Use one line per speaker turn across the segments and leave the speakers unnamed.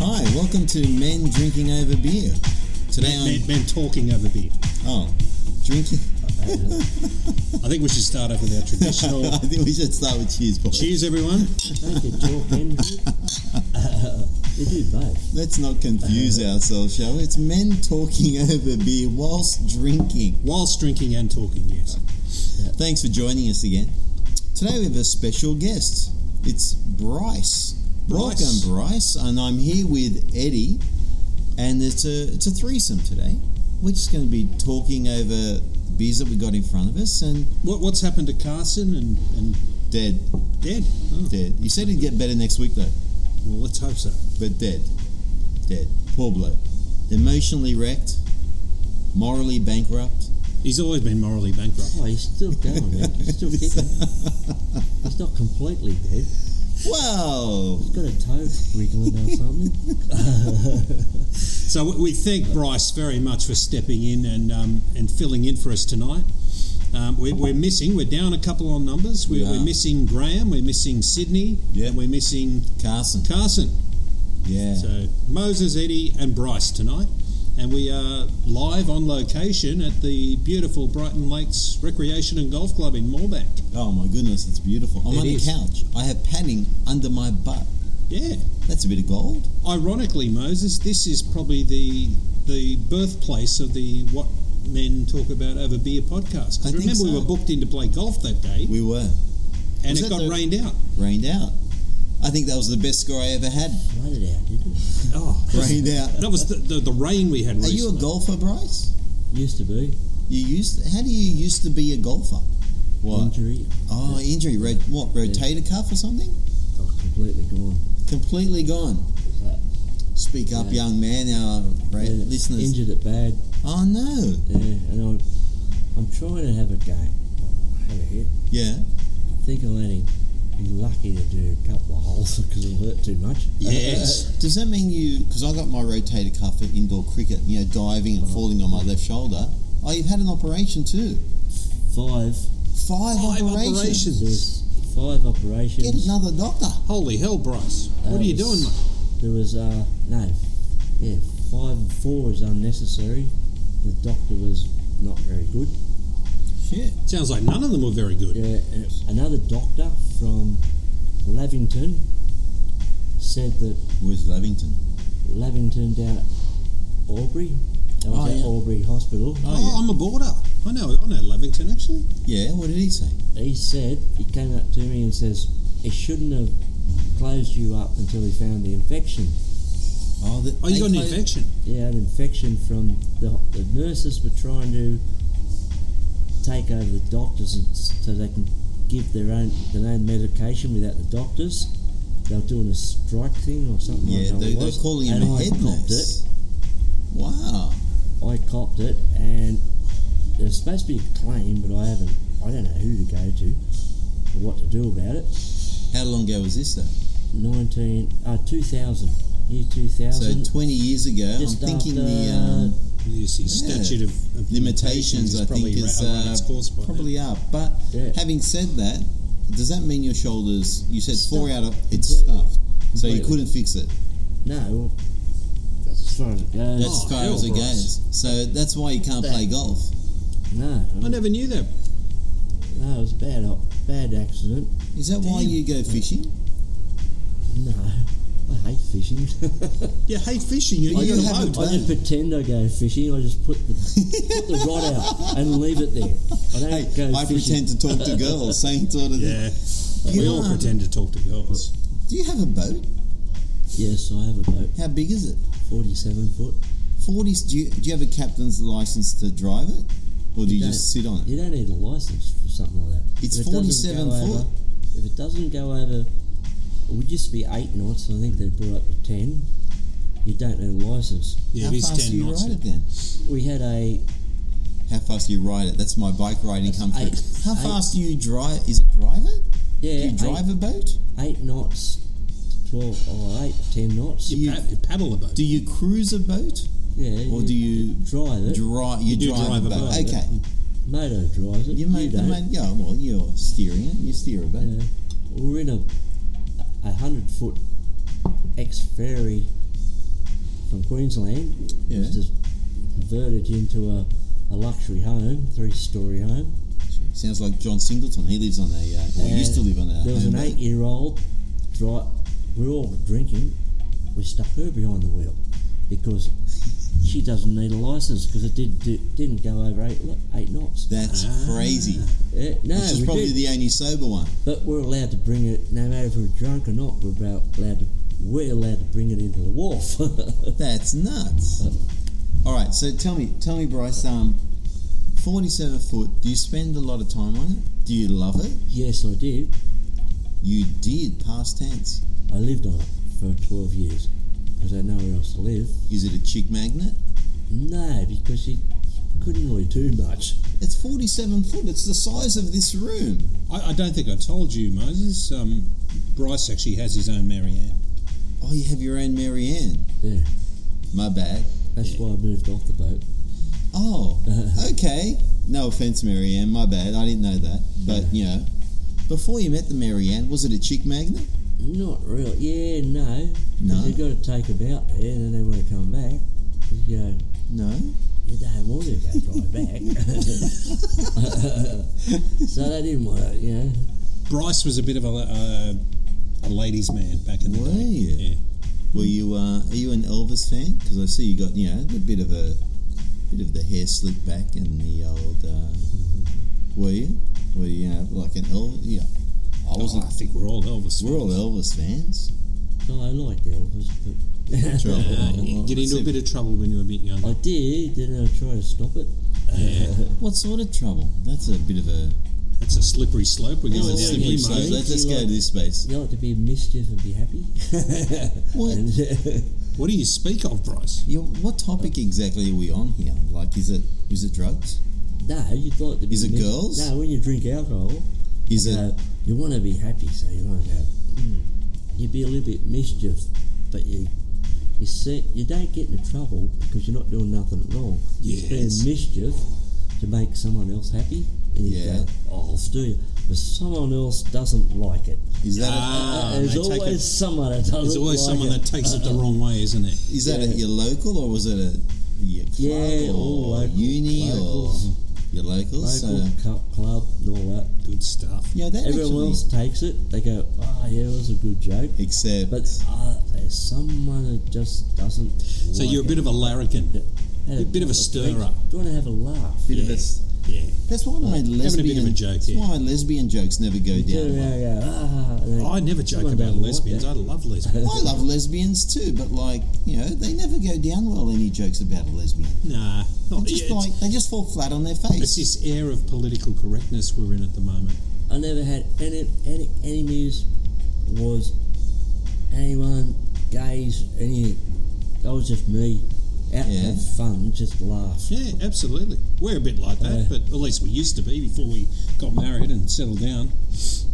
Welcome to Men Drinking Over Beer. Today
Man,
I'm.
man talking over beer.
Oh, drinking.
I think we should start off with our traditional.
I think we should start with cheers, boys.
Cheers, everyone.
Thank you, Joe Henry. you do both.
Let's not confuse ourselves, shall we? It's men talking over beer whilst drinking.
Whilst drinking and talking, yes.
Thanks for joining us again. Today we have a special guest. It's Bryce.
Bryce.
Welcome, Bryce. And I'm here with Eddie, and it's a it's a threesome today. We're just going to be talking over beers that we got in front of us and
What, what's happened to Carson and, and
dead,
Dead? Oh,
dead. You said he'd get better next week though.
Well, let's hope so.
but dead. Dead. Poor bloke. Emotionally wrecked, morally bankrupt.
He's always been morally bankrupt.
Oh, he's still going, man. He's still kicking. He's not completely dead.
Wow!
He's got a toe wriggling or something.
So we- we thank Bryce very much for stepping in and um, and filling in for us tonight. Um, we're, we're missing. We're down a couple on numbers. We're,
We
we're
are.
missing Graham. We're missing Sydney.
Yeah.
And we're missing
Carson.
Carson.
Yeah.
So Moses, Eddie, and Bryce tonight, and we are live on location at the beautiful Brighton Lakes Recreation and Golf Club in Moorebank.
Oh my goodness, it's beautiful. I'm
It
on
is.
the couch. I have padding under my butt.
Yeah.
That's a bit of gold.
Ironically, Moses, this is probably the the birthplace of the what men talk about over beer podcast.
I
Because
think
remember, we
so.
were booked in to play golf that day,
We were.
and
Was
it
that
got
the-
rained out.
Rained out. I think that was the best score I ever had.
Made it out, didn't it?
Oh,
Rained out.
that was the, the, the rain we had.
Are you a
recently.
golfer, Bryce?
Used to be.
You used. how do you used to be a golfer? What?
Injury.
Oh, injury. Ro- what? Rotator cuff or something?
Oh, completely gone.
Completely gone.
That-
Speak up,
Yeah.
young man. Our ra-
yeah,
listeners.
Injured it bad.
Oh no.
Yeah, and I, I'm trying to have a game. Oh, Have a hit.
Yeah.
I think I'll only be lucky to do a couple of holes because it'll hurt too much.
Yes.
Uh, Does that mean you? Because I got my rotator cuff at indoor cricket. You know, diving and falling on my left shoulder. Oh, you've had an operation too.
Uh, Five.
Five,
Five
operations.
operations.
There's five operations.
Get another doctor.
Holy hell, Bryce! What are you
That was-
doing, mate?
There was uh no, yeah, five and four was unnecessary. The doctor was not very good.
Shit.
Sounds like none of them were very good.
Yeah, and another doctor from Lavington said that
Where's Lavington?
Lavington down at Albury, that was
Oh,
at
yeah.
Albury Hospital.
Oh,
Oh,
yeah.
I'm a boarder. I know. I know Lavington actually.
Yeah. What did he say?
He said he came up to me and says he shouldn't have closed you up until he found the infection.
Oh, the,
Oh, you
they
got an
closed-
infection.
Yeah, an infection from the, the nurses were trying to take over the doctors and, s- so they can give their own their own medication without the doctors. They were doing a strike thing or something
Yeah,
like that.
they,
it
they're
was.
calling him
and
a
I
head
copped
nurse. Wow.
it. I copped it, and there's supposed to be a claim, but I haven't. I don't know who to go to or what to do about it.
How long ago was this though?
19, uh, 2000, year
So
2000.
twenty years ago. I'm
just
thinking
after
the um,
You see,
Yeah.
statute of, of
limitations,
has
I think,
probably ra-
is
run
uh,
its course by now.
probably up. But
Yeah.
having said that, does that mean your shoulders? You said four out
Stuffed.
of it's
Completely.
stuffed, so you
Completely.
couldn't fix it.
no, that's uh, as far as it goes.
That's
Oh,
as far
hell,
as it
Bryce.
goes. So that's why you can't play golf.
No,
I never knew that.
No, it was a bad, op- bad accident.
Is that why
Damn.
you go fishing?
No, I hate fishing.
You hate fishing. You,
Well,
you
Oh, you
got a
haven't
boat.
I just pretend I go fishing. I just put the, put the rod out and leave it there. I don't
Hey,
go
I
fishing.
pretend to talk to girls, same sort of thing.
Yeah. We
You
all
are-
pretend to talk to girls.
Do you have a boat?
Yes, I have a boat,
How big is it?
forty-seven foot.
Forty? Do you, do you have a captain's license to drive it, or do you,
don't-
just sit on it?
You don't need a license for something like that.
It's
If it doesn't
47
go
foot.
over- if it doesn't go over, it would used to be eight knots, and I think they brought up to ten. You don't need a license.
Yeah,
How
it is
fast do
ten
you
knots.
ride it then?
We had a
How fast do you ride it? That's my bike riding
That's
comfort.
eight-
How
eight-
fast do you drive? Is it drive it?
yeah
Do you drive a boat?
eight, eight knots, twelve or eight, ten knots.
You, pa- you paddle a boat.
Do you cruise a boat
Yeah.
or do you
drive it?
drive? You,
do
drive,
drive
a
a
boat.
boat.
Okay,
Moto drives it.
you make the
don't.
main. Yeah, well, you're steering it. You steer a boat.
Yeah. We're in a a hundred foot ex ferry from Queensland.
Yeah.
It's just converted into a, a luxury home, three story home.
Sounds like John Singleton. He lives on a, uh, or
And
used to live on a.
There was an
home
eight year old dri We're all drinking. We stuck her behind the wheel because she doesn't need a license because it did, did, didn't go over eight, lo- eight knots.
That's
Ah.
crazy.
Uh, no,
Which is
we
probably
did.
the only sober one.
But we're allowed to bring it, no matter if we're drunk or not. We're about allowed to. We're allowed to bring it into the wharf.
That's nuts. All right, so tell me, tell me, Bryce. Um, forty-seven foot. Do you spend a lot of time on it? Do you love it?
yes, I did.
You did past tense.
I lived on it for twelve years because I had nowhere else to live.
Is it a chick magnet?
No, because you couldn't really do much.
It's forty-seven foot. It's the size of this room.
I, I don't think I told you, Moses. Um, Bryce actually has his own Marianne.
Oh, you have your own Mary Ann.
Yeah,
My bad.
that's why I moved off the boat.
Oh, okay. No offense, Mary Ann. My bad. I didn't know that. But you know, before you met the Mary Ann, was it a chick magnet?
Not real. Yeah, no. 'Cause
No?
You got to take about there, and then they want to come back. You go.
No.
You don't want to go drive back. so they didn't want to, you know.
Bryce was a bit of a, uh, a ladies' man back in the
Were
day.
you?
Yeah.
Were you? Uh, are you an Elvis fan? Because I see you got you know a bit of a bit of the hair slicked back and the old. Uh, were you? Were you, you know, like an Elvis? Yeah. I wasn't.
Oh, I think we're all Elvis.
We're all Elvis fans.
No, I liked Elvis, but
Sure.
Uh,
Well,
you get into a
see-
bit of trouble when you're a bit younger.
I did. Then I tried to stop it.
Uh, What sort of trouble? That's a bit of a
That's a slippery slope. We're going
Well, let's,
down here,
let's,
mate.
let's, let's go to this space.
You like to be in mischief and be happy.
What?
And,
What do you speak of, Bryce?
Yeah, what topic exactly are we on here? Like, is it is it drugs?
no, you'd like to be.
Is it
mis-
girls?
No, when you drink alcohol,
Is
you,
it
know, you want to be happy, so you want to go. Hmm. You be a little bit mischief, but you you see, you don't get into trouble because you're not doing nothing wrong. You're
Yes.
being mischief to make someone else happy, and you
Yeah.
go, "Oh, I'll do it," but someone else doesn't like it.
is that
Ah,
Uh,
they
there's
take it-
always someone that doesn't.
There's always
like
someone
it.
that takes it the wrong way, isn't there?
a, is that
yeah.
at your local or was it at your club
Yeah,
or
all local-
uni
locals.
or your locals?
local
So,
cu- club and all that.
Good stuff.
yeah, that
Everyone
actually,
else takes it. They go, "Oh, yeah, it was a good joke,"
except
but uh, there's someone that just doesn't.
So you're a bit of a larrikin. a bit of a stirrer.
Do you want to have a laugh?
bit of a, s-
Yeah.
that's why my
a bit of a
lesbian
joke,
that's
yeah.
why my lesbian jokes never go down.
Turn
well.
around and go, "Ah," and then
I never joke
someone
about
doesn't like
lesbians.
that.
I love lesbians.
I love lesbians too, but like you know, they never go down well. Any jokes about a lesbian,
nah.
they
Not,
just
it's,
like they just fall flat on their
it's
face.
this air of political correctness we're in at the moment.
I never had any any enemies was anyone gays anything. That was just me out
Yeah.
to have fun, just laugh.
Yeah, absolutely. We're a bit like that,
Yeah.
but at least we used to be before we got married and settled down.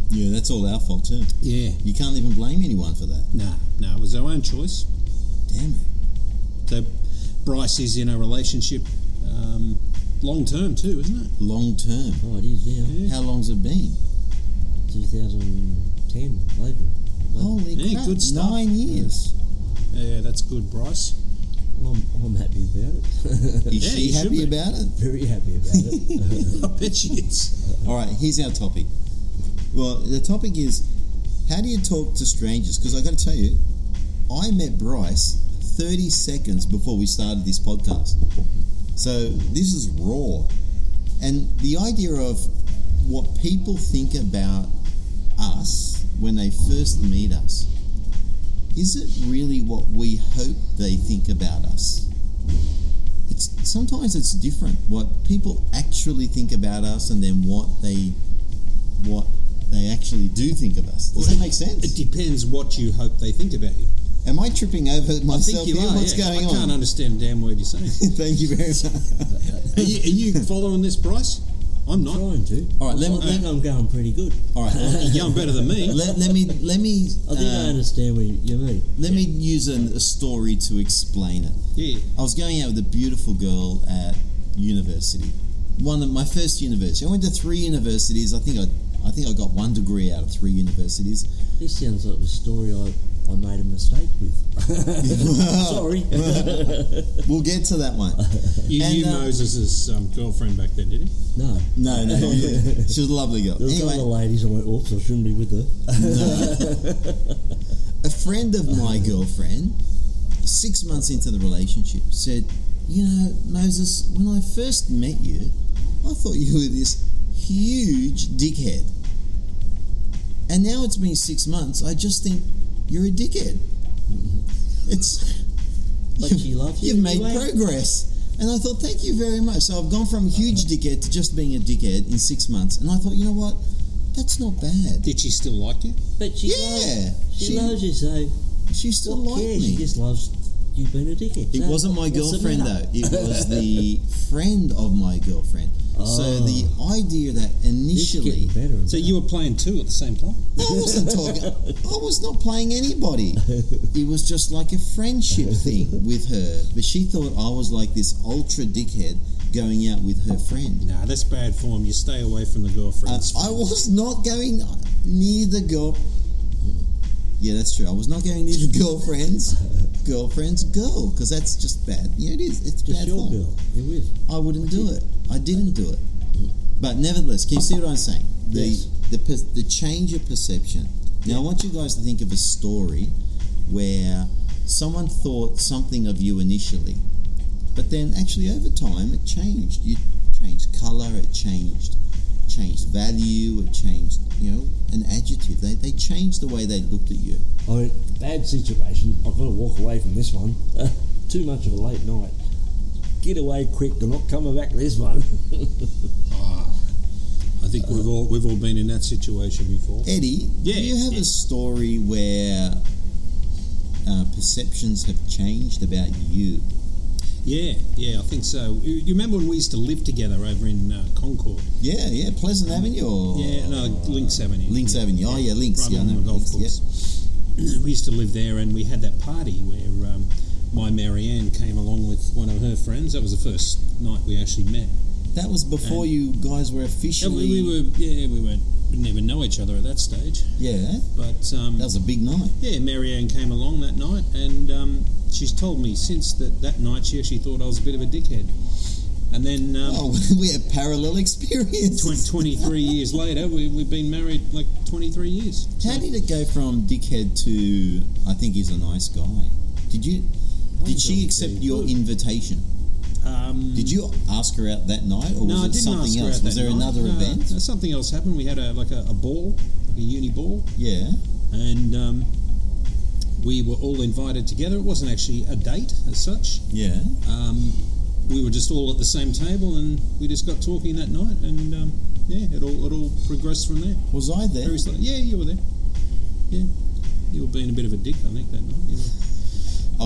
Yeah, that's all our fault too.
Yeah.
You can't even blame anyone for that.
Nah, no, it was our own choice.
Damn it.
So Bryce is in a relationship um, long term too, isn't it?
Long term.
Oh, it is now.
Yeah.
How long's it been?
2010, 11.
Holy
Yeah,
crap!
good stuff.
Nine years.
Yeah, that's good, Bryce.
I'm, I'm happy about it.
Is
Yeah,
she
you should
happy
be.
about it?
Very happy about it.
I bet she is.
All right. Here's our topic. Well, the topic is how do you talk to strangers? Because I got to tell you, I met Bryce 30 seconds before we started this podcast. So this is raw, and the idea of what people think about us when they first meet us. Is it really what we hope they think about us? it's sometimes it's different what people actually think about us and then what they what they actually do think of us. Does that make
It
sense?
depends what you hope they think about you.
Am I tripping over
I
myself
think you
here?
are.
What's
yeah.
going
I can't
on?
understand a damn word you're saying.
Thank you very much.
are, you, are you following this, Bryce? I'm not.
Trying to.
All right, let
I
me-
think I'm going pretty good.
All right,
You're going better than me.
let, let me let me
I think I
uh,
understand what you mean.
let me use an, a story to explain it.
Yeah.
I was going out with a beautiful girl at university. One of my first university. I went to three universities. I think I I think I got one degree out of three universities.
This sounds like the story I I made a mistake with. Sorry.
We'll get to that one.
You
And,
knew
uh,
Moses' um, girlfriend back then, did he?
no.
No, no, yeah. she was a lovely girl.
There was
Anyway,
other ladies I went, oops, I shouldn't be with her.
a friend of my girlfriend, six months into the relationship, said, You know, Moses, when I first met you, I thought you were this huge dickhead. And now it's been six months, I just think you're a dickhead. It's.
But she loves you
You've made
anyway.
progress. And I thought, thank you very much. So I've gone from huge
Uh-huh.
dickhead to just being a dickhead in six months. And I thought, you know what? That's not bad.
Did she still like you?
But she loves,
Yeah.
she,
She,
loves you, so
she still
what
liked
cares?
me.
She just loves you being a dickhead.
It
So
wasn't my
what's the
girlfriend
matter?
though. It was the friend of my girlfriend. So
Oh.
the idea that
It's getting
initially
better and
So you were playing two at the same time?
I wasn't talking. I was not playing anybody. It was just like a friendship thing with her. But she thought I was like this ultra dickhead going out with her friend.
Nah, that's bad form. You stay away from the
Uh,
girlfriends.
I was not going near the girl. Yeah, that's true. I was not going near the girlfriend's girlfriend's girl because that's just bad. Yeah, it is. It's
Just
bad
your
form.
girl. You're with.
I wouldn't do it. I didn't do it. But nevertheless, can you see what I'm saying? The
Yes.
the per- the change of perception. Now I want you guys to think of a story where someone thought something of you initially, but then actually over time it changed. You changed color, it changed changed value, it changed, you know, an adjective. They they changed the way they looked at you.
I mean, Oh, bad situation. I've got to walk away from this one. Too much of a late night. Get away quick. You're not coming back to this one.
Ah, I think we've all we've all been in that situation before.
Eddie,
Yeah,
do you have
yeah.
a story where uh, perceptions have changed about you?
Yeah, yeah, I think so. You, you remember when we used to live together over in uh, Concord?
Yeah, yeah, Pleasant Avenue or
Mm. Yeah, no, Links Avenue.
Links Avenue. Oh yeah, Links.
Right
yeah, I
on
know
the golf
Links, yeah.
course. we used to live there, and we had that party where um, my Marianne came along with one of her friends. That was the first night we actually met.
That was before
And-
you guys were
Yeah,
officially.
we, we were, yeah, we weren't, we didn't even know each other at that stage.
Yeah,
But um,
that was a big night.
Yeah, Marianne came along that night, and um, she's told me since that that night she actually thought I was a bit of a dickhead. And then um,
Oh, we had parallel experience.
twen- 23 years later, we, we've been married like 23 years.
How did it go from dickhead to I think he's a nice guy? Did you? Did she
don't
accept
think-
your invitation?
Um,
Did you ask her out that night, or was
no, I
it
didn't
something
ask her
else?
out
was
that
there
night.
another
No,
event?
no, something else happened. We had a like a, a ball, like a uni ball,
Yeah.
and um, we were all invited together. It wasn't actually a date as such.
Yeah.
um, we were just all at the same table and we just got talking that night and um, yeah it all it all progressed from there
Was I there?
very slowly. yeah you were there yeah you were being a bit of a dick I think that night you were,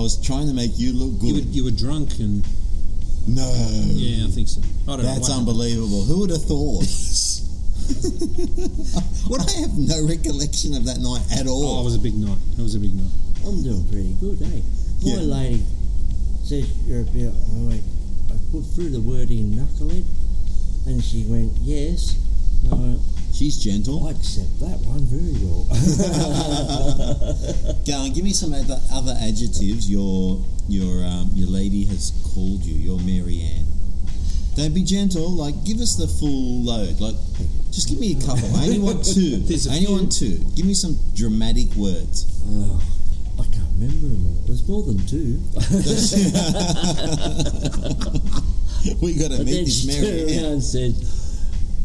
I was trying to make you look
you were,
good.
you were drunk and
no.
yeah I think so I don't
That's
know what-
unbelievable. Who would have thought? Well, I have no recollection of that night at
oh it
all.
was a big night it was a big night
I'm doing pretty good, eh? My
Yeah.
lady says you're a bit. I went. I put through the word in knucklehead, and she went yes. And I went,
Oh.
She's gentle.
I accept that one very well.
Go on, give me some other, other adjectives your your um, your lady has called you. Your Mary Ann. Don't be gentle. Like, give us the full load. Like, just give me a couple. I only want two.
There's a
I only
few.
want two. Give me some dramatic words.
Oh, I can't remember them all. There's more than two.
We got to
But
meet
then
this
she turned
Mary
around
Ann.
and said,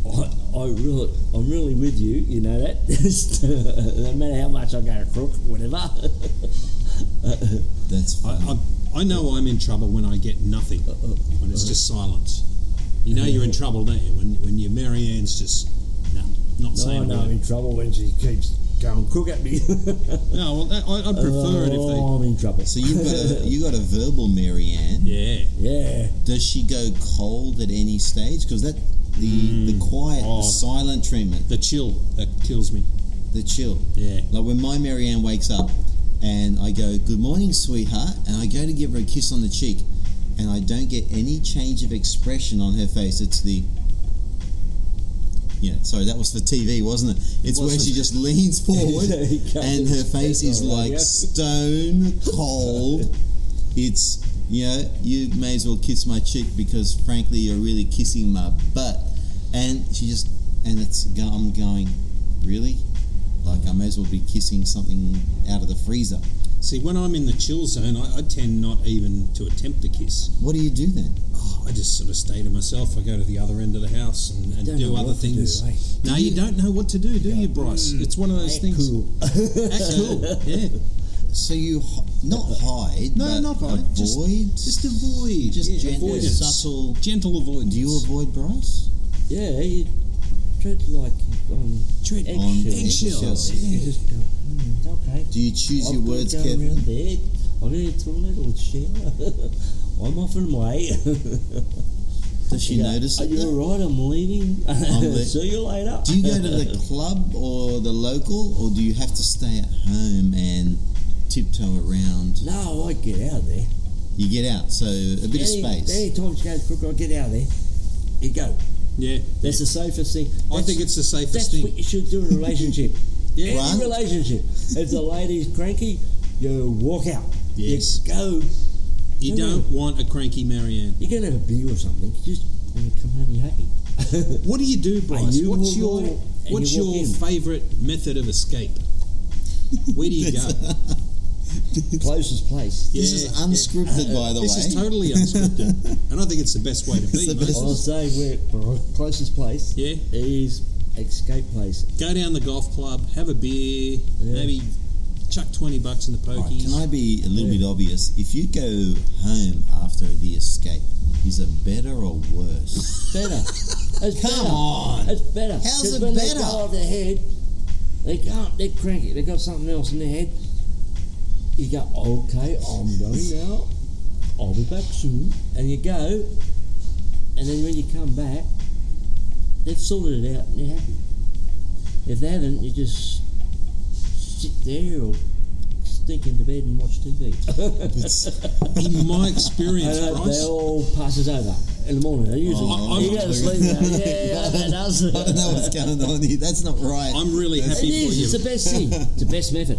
I, I really, I'm really with you, you know that. Just, no matter how much I go crook, whatever.
That's
I,
fine.
I, I know I'm in trouble when I get nothing when it's just silence you know you're in trouble don't you when, when your Mary Ann's just no, not
No, I
saying
know I'm in trouble when she keeps going crook at me.
no well that, I, I'd prefer it if they
oh, I'm in trouble.
So you've got a you got a verbal Mary Ann.
yeah
yeah.
Does she go cold at any stage? Because that the the quiet,
Oh.
the silent treatment,
the chill that kills me.
the chill.
Yeah.
Like when my Marianne wakes up and I go, Good morning, sweetheart, and I go to give her a kiss on the cheek and I don't get any change of expression on her face. It's the Yeah, sorry, that was for TV, wasn't it? It's
It was
where
for-
she just leans forward
There you go.
and her face is
That's all
like
right, yeah.
stone cold. It's, you know, you may as well kiss my cheek because frankly, you're really kissing my butt. And she just, and it's, go- I'm going, really? Like, I may as well be kissing something out of the freezer.
See, when I'm in the chill zone, I, I tend not even to attempt the kiss.
What do you do then?
Oh, I just sort of stay to myself. I go to the other end of the house and, and
Don't
do
know
other
what to do,
things.
eh?
No, you don't know what to do, do you, Bryce? It's one of those
Act
things.
cool.
Act cool. Yeah.
So you, hi- not hide,
No,
but
not hide, just-
avoid?
Just avoid.
Just
yeah,
gentle,
avoidance.
subtle-
Gentle avoidance.
do you avoid Bryce?
yeah, you tread like you- on
Tread
eggshells.
on eggshells.
eggshells?
You
Yeah.
just go, hmm, okay.
Do you choose
I've
your
got to
words
go
carefully?
around there. I'll go to the toilet or shower. I'm off and away.
Does she
You go,
notice
Are
it?
you
though?
alright? I'm leaving.
I'm le-
See you later.
Do you go to the club or the local, or do you have to stay at home and tiptoe around?
No, I get out of there.
You get out, so a bit of
any,
space.
Any time she goes crook, I get out of there. You go.
Yeah.
That's the safest thing.
I
That's-
think it's the safest
That's
thing.
what you should do in a relationship.
Yeah.
Right.
Any relationship. If the lady's cranky, you walk out.
Yes.
You go.
You don't want a cranky Marianne.
You're going to have a beer or something. You just and you come home, you're happy.
What do you do, Bryce?
you
what's your
all right? And
what's
you walk
your
in.
favourite method of escape? Where do you go?
Closest place.
This is
Yeah,
unscripted, by the
This
way.
is totally unscripted, and I think it's the best way to
It's
be.
the
mate.
best.
I'll say where closest place
Yeah.
is escape place.
Go down the golf club, have a beer,
Yeah.
maybe chuck twenty bucks in the
Right,
pokies.
can I be a little
Yeah.
bit obvious? If you go home after the escape, is it better or worse?
Better. It's
Come
better.
on.
It's better.
How's
'Cause
it
when
better?
They go off their head, they can't. They're cranky. They got something else in their head. You go, okay, I'm going now. I'll be back soon. And you go, and then when you come back, they've sorted it out and you're happy. If they haven't, you just sit there or stink into bed and watch TV.
In my experience,
And uh,
Bryce,
they all passes over in the morning. They usually
Oh,
you
I'm
go to
not
sleep.
doing
now. Yeah, that does.
I don't know what's going on here. That's not right.
I'm really
That's-
It
happy for
is.
you.
It's the best thing. It's the best method.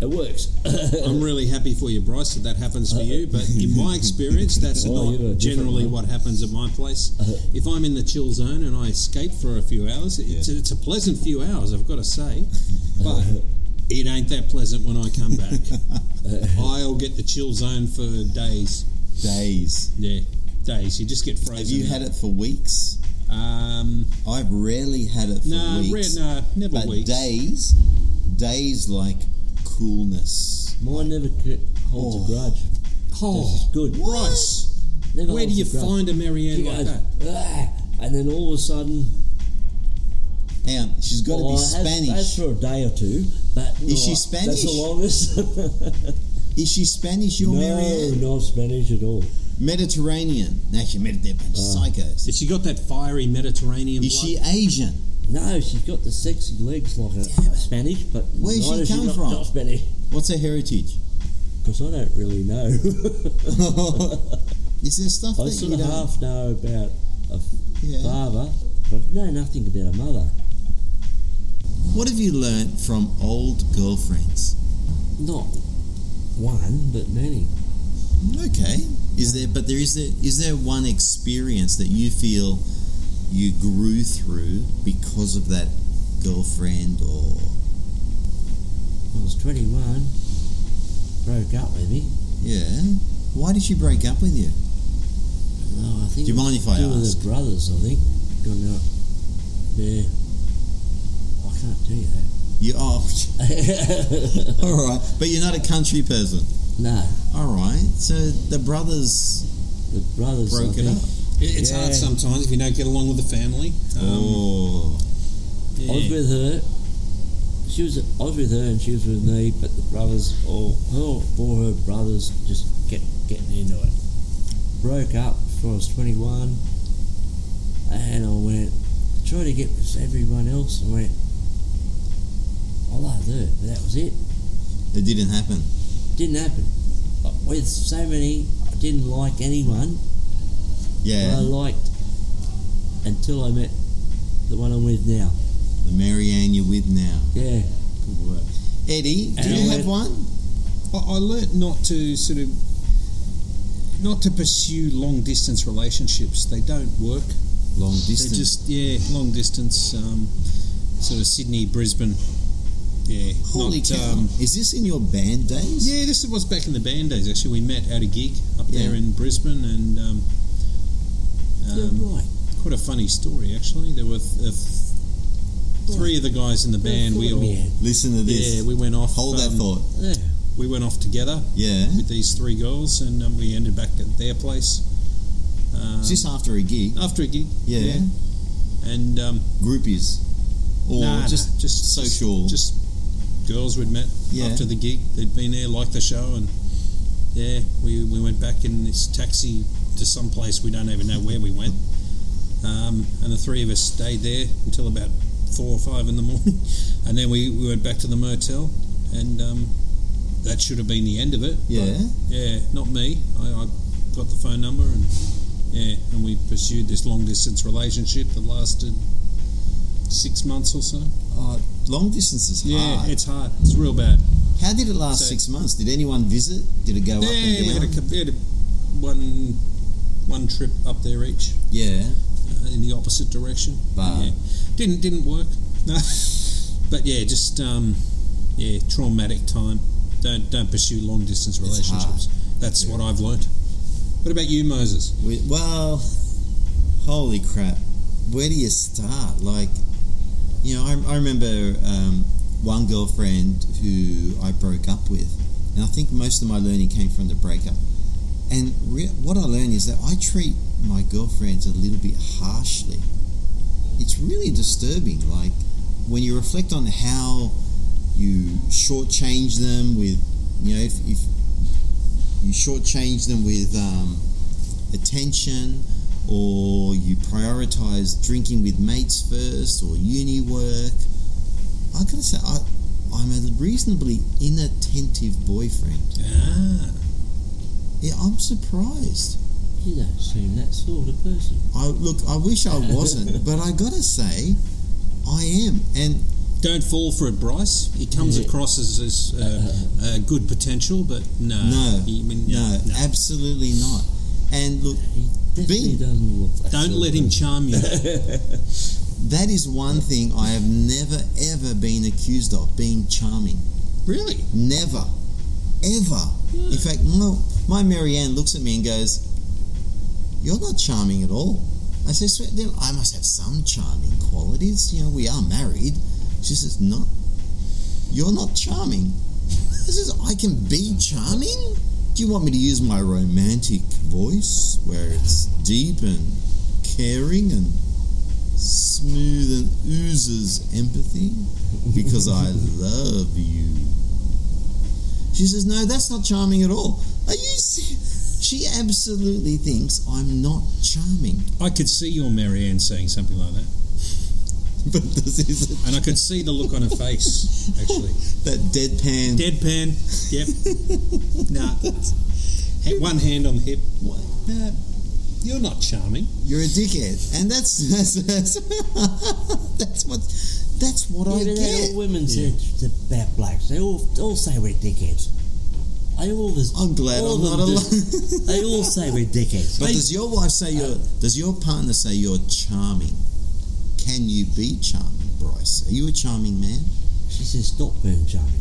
It works.
I'm really happy for you, Bryce, that that happens for you. But in my experience, that's
Oh, you're a
not
different
generally
one.
what happens at my place. If I'm in the chill zone and I escape for a few hours, it's, it's a pleasant few hours, I've got to say. But it ain't that pleasant when I come back. I'll get the chill zone for days.
Days.
Yeah, days. You just get frozen.
Have you
out.
had it for weeks?
Um,
I've rarely had it for
no, re-
weeks.
no, never
but
weeks.
days, days like coolness.
Mine never c- holds
Oh.
a grudge. This
oh,
is good.
Bryce,
Never
where do
Oh,
holds
you
a grudge.
find a
She
Marianne like
goes,
that?
"Ah," and then all of a sudden,
Hang on, she's got to
well,
be
that's-
Spanish.
That's for a day or two, but
Is she
no,
Spanish? Oh,
That's the longest.
Is she Spanish? Your
no,
Marianne?
not Spanish at all.
Mediterranean. Actually, Mediterranean.
Uh,
Psychos.
Has she got that fiery Mediterranean
Is
blood?
she Asian?
No, she's got the sexy legs like a Spanish, but
Where's she
neither- she's
come
not-
from?
Not Spanish,
What's her heritage?
because I don't really know.
Is there stuff
I
that
sort
you
of
don't?
half know about a f-
Yeah.
father, but know nothing about a mother.
What have you learnt from old girlfriends?
Not one, but many.
Okay. Is there? But there is there is there one experience that you feel you grew through because of that girlfriend or?
I was 21, broke up with me.
Yeah. Why did she break up with you?
No, I think
Do you mind if I
two of
ask?
the brothers, I think, got out there. I can't tell you
You oh,
that.
all right. But you're not a country person.
no,
All right. So the brothers
the brothers I
broke it
think-
up.
It- It's hard
Yeah.
sometimes if you don't get along with the family. Um,
oh.
yeah.
I was with her. She was. I was with her, and she was with me. But the brothers, or her, or her brothers, just get getting into it. Broke up before I was twenty one, and I went tried to get with everyone else, and went. I loved her, but that was it.
It didn't happen.
Didn't happen. But With so many, I didn't like anyone.
Yeah.
I liked until I met the one I'm with now.
The Marianne you're with now.
Yeah.
Good work. Eddie, do you
And-
have one?
I, I learnt not to sort of not to pursue long distance relationships. They don't work.
Long
They're
distance.
just yeah, long distance, um, sort of Sydney, Brisbane. Yeah,
Holy
not,
cow.
um,
Is this in your band days?
yeah, this was back in the band days. Actually, we met at a gig up there
Yeah.
in Brisbane, and um, um,
You're right.
quite a funny story actually. There were th- uh, th- three of the guys in the band. We all
Yeah.
Listen to this.
yeah, we went off.
Hold that
um,
thought.
Yeah.
We went off together
Yeah.
with these three girls, and um, we ended back at their place. Um,
Is this after a gig?
after a gig,
Yeah.
and um,
Groupies. Or
nah, nah,
just
just
social.
just, girls we'd met
Yeah.
after the gig. They'd been there, liked the show, and yeah, we, we went back in this taxi to some place we don't even know where we went. Um, and the three of us stayed there until about four or five in the morning, and then we, we went back to the motel, and um, that should have been the end of it. but
yeah.
yeah, not me. I, I got the phone number and yeah, and we pursued this long distance relationship that lasted six months or so.
Oh, long distance is
Yeah,
hard.
it's hard. It's real bad.
How did it last
So-
six months? Did anyone visit? Did it go up and
yeah,
down?
we had, a, cou- we had a, one one trip up there each
yeah.
uh, in the opposite direction.
But-
yeah, didn't didn't work. No, but yeah, just um, yeah, traumatic time. Don't don't pursue long distance relationships. That's what I've learnt. What about you, Moses?
We, well, holy crap. Where do you start? Like, you know, I, I remember um, one girlfriend who I broke up with, and I think most of my learning came from the breakup. And re- what I learned is that I treat my girlfriends a little bit harshly. It's really disturbing. Like, when you reflect on how you shortchange them with, you know, if, if you shortchange them with, um, attention or you prioritize drinking with mates first or uni work. I gotta say, I, I'm a reasonably inattentive boyfriend.
Ah,
Yeah, I'm surprised.
You don't seem that sort of person.
I look, I wish I wasn't, but I gotta say, I am. And
Don't fall for it, Bryce. He comes
Yeah.
across as, as uh, uh, good potential, but no,
no,
He- I mean,
no, absolutely not. And look,
He definitely
Being-
doesn't look that
Don't
sort
let
of
him charm you.
that is one thing I have never ever been accused of being charming.
really?
Never, ever. In fact, my, my Marianne looks at me and goes, "You're not charming at all." I said, "Sweet, then "I must have some charming qualities. You know, we are married." She says, "Not. You're not charming." I says, "I can be charming." Do you want me to use my romantic voice, where it's deep and caring and smooth and oozes empathy? Because I love you. She says, "No, that's not charming at all." Are you? se- She absolutely thinks I'm not charming.
I could see your Marianne saying something like that,
But this is
and I could see the look on her face. Actually,
that deadpan.
deadpan. Yep. nah. Ha- One hand on the hip.
What?
Nah, you're not charming.
You're a dickhead, and that's that's that's, that's what that's what I
Yeah, but that
get.
all women said to about blokes. They all all say we're dickheads. They all this.
I'm glad
all
I'm
of
not
them do.
alone.
They all say we're dickheads.
But
They-
does your wife say you're? Does your partner say you're charming? Can you be charming, Bryce? Are you a charming man?
she says stop being charming.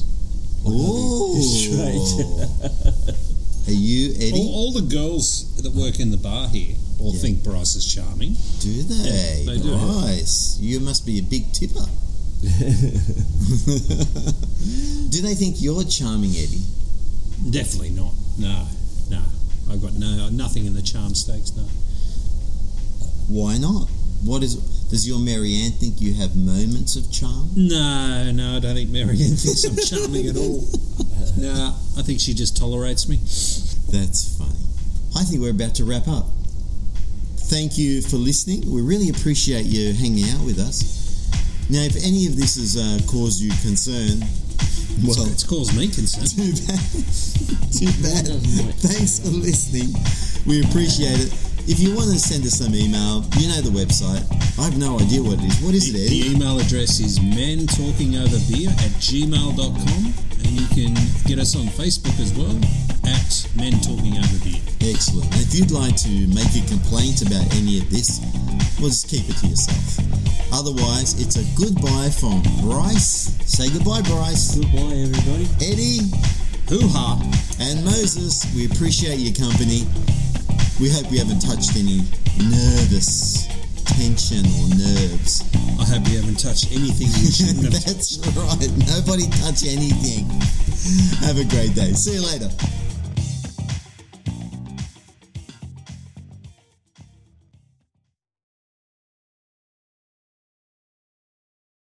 Like,
Oh,
Straight.
Are you
All,
Eddie?
all the girls that work in the bar here all
Yeah.
think Bryce is charming.
Do they?
Yeah, they do.
Bryce, you must be a big tipper. do they think you're charming, Eddie?
Definitely not. No, no. I've got no nothing in the charm stakes. No.
Why not? What is? Does your Marianne think you have moments of charm?
No, no, I don't think Marianne thinks I'm charming at all. No, I think she just tolerates me.
That's funny. I think we're about to wrap up. Thank you for listening. We really appreciate you hanging out with us. Now, if any of this has uh, caused you concern,
Well,
well,
it's caused me concern.
too bad. too bad.
doesn't it?
Thanks for listening. We appreciate it. If you want to send us some email, you know the website. I have no idea what it is. What is
The,
it, Eddie?
the email address is men talking over beer at gmail.com and you can get us on Facebook as well at men talking over beer.
Excellent. And if you'd like to make a complaint about any of this, well, just keep it to yourself. Otherwise, it's a goodbye from Bryce. Say goodbye, Bryce.
Goodbye, everybody.
Eddie
Hoo ha!
and Moses, we appreciate your company. We hope we haven't touched any nervous tension or nerves.
I hope you haven't touched anything you shouldn't have
That's right. Nobody touch anything. Have a great day. See you later.